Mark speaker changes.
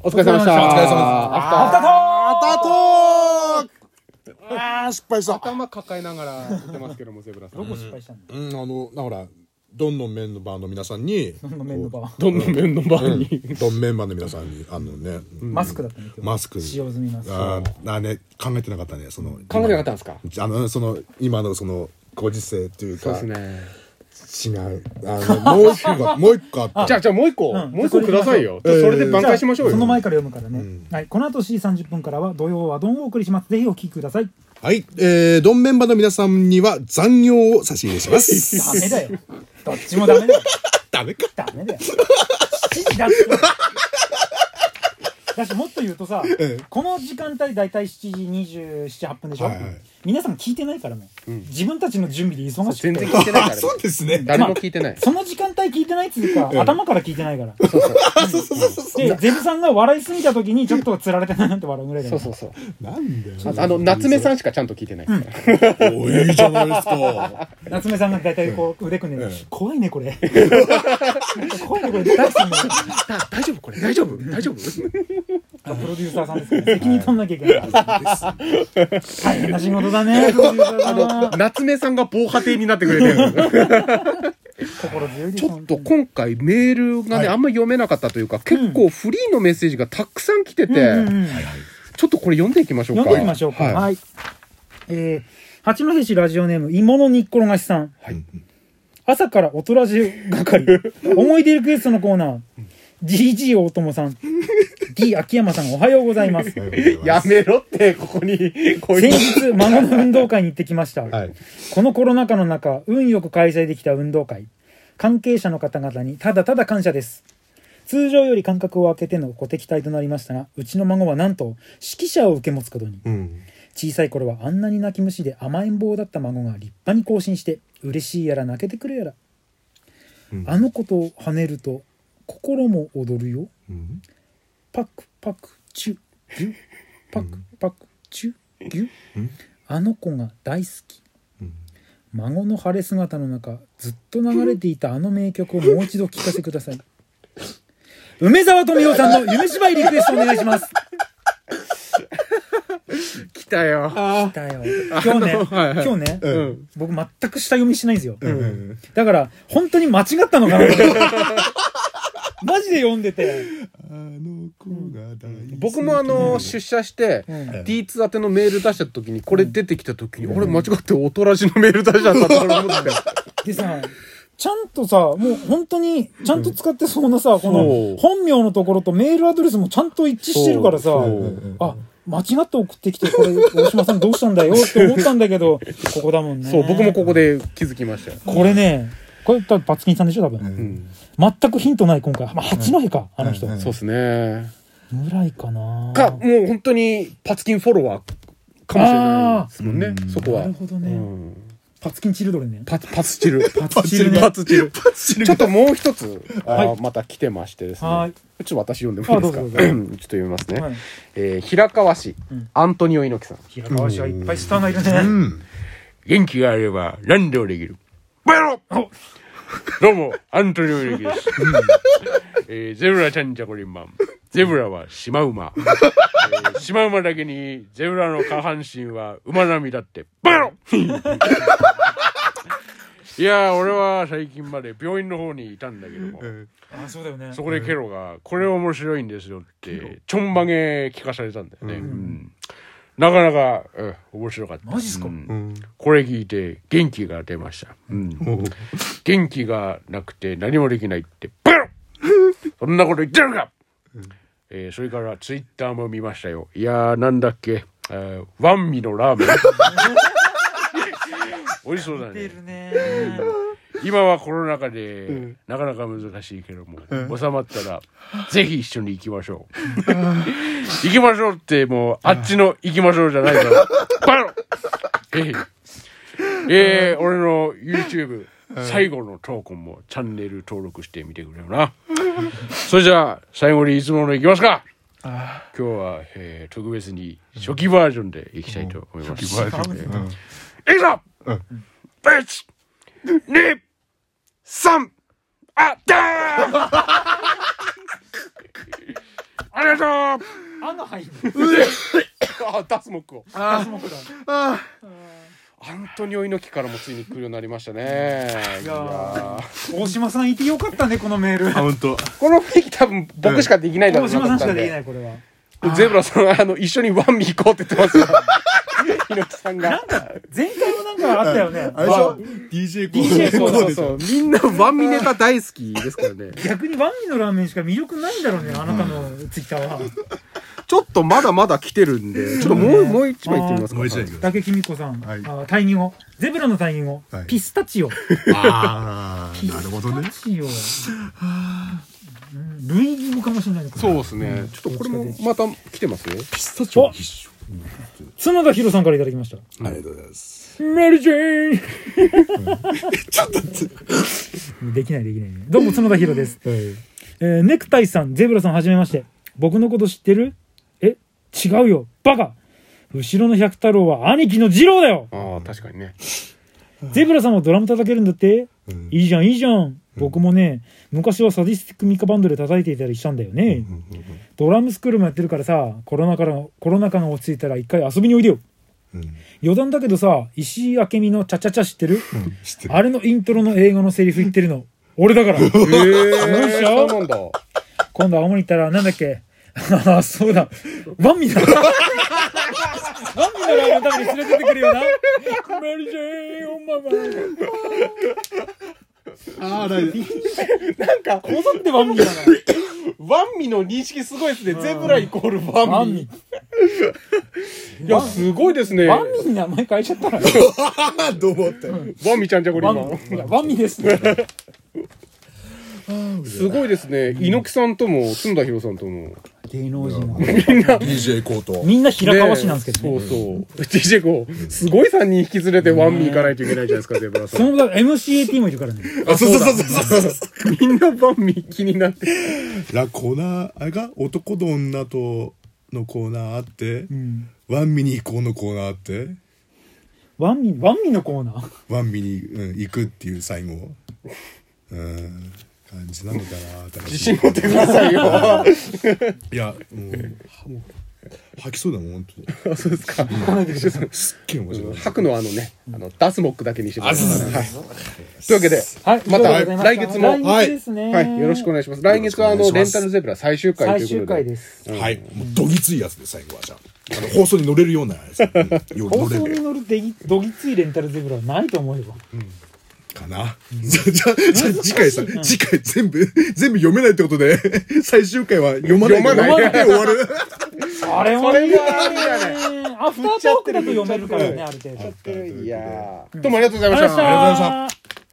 Speaker 1: お疲れ様でした。
Speaker 2: お疲れ様です
Speaker 1: アフターアフタートークああ、失敗した。頭抱えながら言ってますけども、セブラさん。
Speaker 3: どこ失敗したんだ
Speaker 2: うん、あの、だから、どんどんメンバーの皆さんに、
Speaker 3: どんどんメンバー
Speaker 1: どんどん面の場に。
Speaker 2: どんメンバーの皆さんに、あのね、
Speaker 3: マスクだったんだけど
Speaker 2: マスク
Speaker 3: 使用済みマスク
Speaker 2: あーあ、ね、考えてなかったね、その。
Speaker 1: 考えなかったんですか
Speaker 2: あの、その、今のその、ご時世という
Speaker 1: そう
Speaker 2: か、
Speaker 1: ですね。
Speaker 2: 違う。あの、もう一個 が、もう一個あった。
Speaker 1: じゃあ、じゃあもう一個、もう一個
Speaker 3: じゃあ
Speaker 1: くださいよ。
Speaker 2: それ
Speaker 1: それで挽
Speaker 3: じゃあ
Speaker 1: 回しましょうよ。
Speaker 3: その前から読むからね、はい、この後 C30 分からは土曜はどんをお送りしますぜひお聞きください
Speaker 2: はい、えー、ドンメンバーの皆さんには残業を差し入れします。
Speaker 3: ダメだよどっちもダメだよ
Speaker 2: ダメか。
Speaker 3: ダメだよ7時だってだしもっと言うとさ、この時間帯大体7時278分でしょ、
Speaker 2: はいはい
Speaker 3: 皆さん聞いてないからね、自分たちの準備で忙しくて
Speaker 1: 全然聞いてないか
Speaker 2: あ、
Speaker 1: らね。
Speaker 2: そうですね。
Speaker 1: 誰も聞いてない。
Speaker 3: その時間帯聞いてないっつうか、頭から聞いてないから。で、ゼブさんが笑いすぎた時に、ちょっと釣られてないなって笑うぐらいだ
Speaker 1: そ
Speaker 3: よ
Speaker 1: うそうそう。
Speaker 2: なんだよ。
Speaker 1: あとあの、夏目さんしかちゃんと聞いてないですから。
Speaker 2: おいいじゃないですか。
Speaker 3: 夏目さんが大体こう、腕組んで
Speaker 2: うん、
Speaker 3: 怖いね、これ。怖いね、これ、どうすんの
Speaker 1: だ大丈夫これ大丈夫大丈夫
Speaker 3: あプロデューサーさんですから、責任取んなきゃいけない。大変な仕事だね、プロデューサーさんは。
Speaker 1: 夏目さんが防波堤になってくれてる。
Speaker 3: 心強いです
Speaker 1: ちょっと今回メールがね、あんまり読めなかったというか、結構フリーのメッセージがたくさん来てて、
Speaker 3: うんうんうん
Speaker 1: ちょっとこれ読んでいきましょうか。
Speaker 3: 読んでみましょうか。はい。
Speaker 1: はい。
Speaker 3: えー、八戸市ラジオネーム、芋の煮っころがしさん。
Speaker 1: はい
Speaker 3: 朝からおとらじ 係。思い出リクエストのコーナー。GG 大友さ ん。D 秋山さん、おはようございます。
Speaker 1: やめろって、ここ に、こうい
Speaker 3: 先
Speaker 1: う。
Speaker 3: 日、孫の運動会に行ってきました。
Speaker 2: はい。
Speaker 3: このコロナ禍の中、運よく開催できた運動会。関係者の方々にただただ感謝です。通常より間隔を空けてのご敵対となりましたが、うちの孫はなんと、指揮者を受け持つことに。
Speaker 2: うん。
Speaker 3: 小さい頃はあんなに泣き虫で甘えん坊だった孫が立派に更新して嬉しいやら泣けてくるやら、あの子と跳ねると心も踊るよ
Speaker 2: うん。
Speaker 3: パクパクチュギュパクパクチュギュ、あの子が大好き、
Speaker 2: うん
Speaker 3: 孫の晴れ姿の中ずっと流れていたあの名曲をもう一度聴かせてください梅沢富美男さんの夢芝居リクエストお願いします
Speaker 1: 来たよ。
Speaker 3: 来たよ今日ね、
Speaker 1: はいはい
Speaker 3: 今日ね、
Speaker 2: うん。
Speaker 3: 僕全く下読みしないんですよ、
Speaker 2: うん。
Speaker 3: だから本当に間違ったのかなマジで読んでて
Speaker 2: あの子が大好き
Speaker 1: 僕もあの、出社して、
Speaker 3: ん
Speaker 1: D2 宛てのメール出した時に、これ出てきた時に、俺間違っておとらじのメール出しちゃったと思 って。
Speaker 3: でさちゃんとさもう本当にちゃんと使ってそうなさこ
Speaker 1: そう
Speaker 3: の本名のところとメールアドレスもちゃんと一致してるからさ
Speaker 1: そう
Speaker 3: あ間違って送ってきてこれ大島さんどうしたんだよって思ったんだけどここだもんね
Speaker 1: そう、僕もここで気づきましたよ。
Speaker 3: これねこれ多分バツキンさんでしょ多分、
Speaker 1: うん。
Speaker 3: 全くヒントない今回、まあ、八戸か、あの人、
Speaker 2: うん
Speaker 1: そうですね。
Speaker 3: ぐらいかな
Speaker 1: か、もう本当に、パツキンフォロワーかもしれないですもんね、そこは。
Speaker 3: なるほどね
Speaker 1: うん
Speaker 3: パツキンチルドレンね
Speaker 1: パパス チル。パ
Speaker 3: ツチルね
Speaker 1: パツチル。
Speaker 2: 知る
Speaker 1: ちょっともう一つ、
Speaker 3: はい
Speaker 1: あーまた来てましてですね。
Speaker 3: はい
Speaker 1: ちょっと私読んでもいいですか
Speaker 3: あどうぞ
Speaker 1: ちょっと読みますね。
Speaker 3: はい
Speaker 1: えー平川市、
Speaker 3: うん
Speaker 1: アントニオ猪木さん。
Speaker 3: 平川氏はいっぱいスターがいるね、
Speaker 2: うん。
Speaker 1: 元気があれば何でもできる。バやろどうも、アントニオ猪木です。えーゼブラちゃんじゃこりんまん。ゼブラはシマウマ。えーシマウマだけに、ゼブラの下半身は馬並みだって。バやろ いやー、俺は最近まで病院の方にいたんだけども、
Speaker 3: あそうだよね
Speaker 1: そこでケロが、これ面白いんですよって、ちょんまげ聞かされたんだよね。うんなかなか、え面白かった。
Speaker 3: マジっすか
Speaker 1: うんこれ聞いて元気が出ました。うん元気がなくて何もできないって、バカそんなこと言ってるか、えーそれからツイッターも見ましたよ。いやー、なんだっけ、えーワンミのラ ーメン。美味しそうだね。
Speaker 3: ね
Speaker 1: 今はコロナ禍で、なかなか難しいけども、収まったら、ぜひ一緒に行きましょう。 行きましょうって、もう、あっちの行きましょうじゃないから。バロぜひ。えー、俺の YouTube、最後の投稿もチャンネル登録してみてくれよな。それじゃあ、最後にいつもの行きますか今日は、えー特別に初期バージョンで行きたいと思います。いくぞ一、二、да! 三、あ、だー
Speaker 4: ありがとう
Speaker 3: あの入る。
Speaker 4: あ出すモックを
Speaker 3: あ、そうだ。
Speaker 2: あ
Speaker 4: アントニオ猪木からもついに来るようになりましたねいやー
Speaker 3: 大島さんいてよかったね、このメール。
Speaker 2: あ、本当。
Speaker 4: この雰囲気多分僕しかできないだろ
Speaker 3: 大
Speaker 4: うな
Speaker 3: 島
Speaker 4: と
Speaker 3: さ
Speaker 4: 思
Speaker 3: ん
Speaker 4: っ
Speaker 3: したか
Speaker 4: ん
Speaker 3: できな
Speaker 4: で
Speaker 3: い、これは。
Speaker 4: ゼブラさんあの一緒にワンミ行こうって言 ってますよ猪木さんが
Speaker 3: 前回もなんかあったよね。
Speaker 2: あれでしょ ?DJ コーデ。
Speaker 4: そうそうそうみんなワンミネタ大好きですからね
Speaker 3: 逆にワンミのラーメンしか魅力ないんだろうね、あなたのツイッターは。
Speaker 4: ちょっとまだまだ来てるんでちょっともうもう一枚いってみますか
Speaker 2: もう一度行く。
Speaker 3: 竹公子さん、
Speaker 2: はい
Speaker 3: あ退任を。ゼブラの退任を。
Speaker 2: はい
Speaker 3: ピスタチオ。
Speaker 2: ああ、なるほどね
Speaker 3: ピ。スタチオ。うん類義語かもしれないのか
Speaker 4: そうですねちょっとこれもまた来てますね
Speaker 5: ピスタチオの必勝。
Speaker 3: 角田博さんからいただきました。
Speaker 5: ありがとうございます。
Speaker 3: メリージェ ー
Speaker 5: ちょっとつ、
Speaker 3: ンできないできないね。どうも角田博です。
Speaker 2: はい。
Speaker 3: えーネクタイさん、ゼブラさんはじめまして。僕のこと知ってるえ違うよ。バカ後ろの百太郎は兄貴の二郎だよ
Speaker 4: ああ確か にね
Speaker 3: ゼブラさんもドラム叩けるんだって、
Speaker 2: うん
Speaker 3: いいじゃんいいじゃん僕もね昔はサディスティックミカバンドで叩いていたりしたんだよね、ドラムスクールもやってるからさコロナからコロナ禍が落ち着いたら一回遊びにおいでよ
Speaker 2: うん
Speaker 3: 余談だけどさ石井明美の「チャチャチャ」知ってる
Speaker 2: 知ってる。
Speaker 3: あれのイントロの英語のセリフ言ってるの俺だ から
Speaker 4: え
Speaker 3: ごいっ
Speaker 4: え
Speaker 3: しょ
Speaker 4: そうなんだ
Speaker 3: 今度青森行ったらなんだっけああそうだワンミだワンミのラーメン食べに連れてってくるよなメリージェーンおまま
Speaker 2: ああ、ない。
Speaker 4: なんか
Speaker 3: こぞってワンミだな
Speaker 4: ワンミの認識すごいですね。ゼブライコールワ
Speaker 3: ワ
Speaker 4: ン
Speaker 3: ン
Speaker 4: ミ
Speaker 3: ミ。
Speaker 4: いや、すごいですね。
Speaker 3: ワンミに名前変えちゃったら
Speaker 2: あ、どうもって。
Speaker 4: ワンミちゃんじゃこれ
Speaker 3: ワ
Speaker 4: 今。
Speaker 3: ンミいやワンミですね
Speaker 4: すごいですね。猪木さんとも、角田博さんとも。
Speaker 3: 芸能人は
Speaker 2: DJ コート。
Speaker 3: みんな平川市なんですけどね
Speaker 4: ねそうそう。DJ こう、すごい3人引き連れてワンミ行かないといけないじゃないですか、ゼブラさ
Speaker 3: そ
Speaker 4: ん。
Speaker 3: のだ MCAT もいるからね
Speaker 2: あ、そうそうそうそうそう。
Speaker 4: みんなワンミ気になって。
Speaker 2: ラコーナーあれが男と女とのコーナーあって、
Speaker 3: ん
Speaker 2: ワンミに行こうのコーナーあって
Speaker 3: ワンミワンミのコーナー
Speaker 2: ワンミに、うん、行くっていう最後うん感じなのかな新
Speaker 4: 自
Speaker 2: しい
Speaker 4: 信持ってくださいよ。あ
Speaker 2: いやもうはもう吐きそうだもん本当に
Speaker 4: そうですか。
Speaker 2: すっげえ面白い
Speaker 4: 吐くのはあのね、あの、ダスモックだけにしてくだ
Speaker 2: あそう
Speaker 4: さい。
Speaker 2: そうはい
Speaker 4: というわけで、
Speaker 3: はい
Speaker 4: また
Speaker 3: ありがとうござい
Speaker 4: 来
Speaker 3: まし
Speaker 4: 月
Speaker 3: た
Speaker 4: も、
Speaker 3: 来月ですね
Speaker 4: はい、よろしくお願いします。来月はあ
Speaker 2: よろ
Speaker 4: の、レ
Speaker 2: しくお願いしま
Speaker 4: ン
Speaker 2: す
Speaker 4: タルゼブラ最終回と
Speaker 3: 最
Speaker 4: いう
Speaker 3: 終
Speaker 4: こと
Speaker 3: 回
Speaker 4: で
Speaker 3: で。す
Speaker 2: はいもうどぎついやつで最後はじゃああの放送に乗れるようなやつ、うん、よう
Speaker 3: 放
Speaker 2: 乗
Speaker 3: 送
Speaker 2: れ
Speaker 3: に
Speaker 2: る
Speaker 3: 乗るデギどぎついレンタルゼブラはないと思えば
Speaker 2: かな、 じゃあじゃあじゃあ次回さ、次回全部全部読めないってことで最終回は読まない
Speaker 4: 読まない
Speaker 2: で終わる
Speaker 3: あれもいい
Speaker 4: それはありだ
Speaker 3: ねアフタートークだと読めるからねある程度
Speaker 4: いやーどうもありがとうございまし
Speaker 3: ありがとうございま
Speaker 4: た
Speaker 3: し。た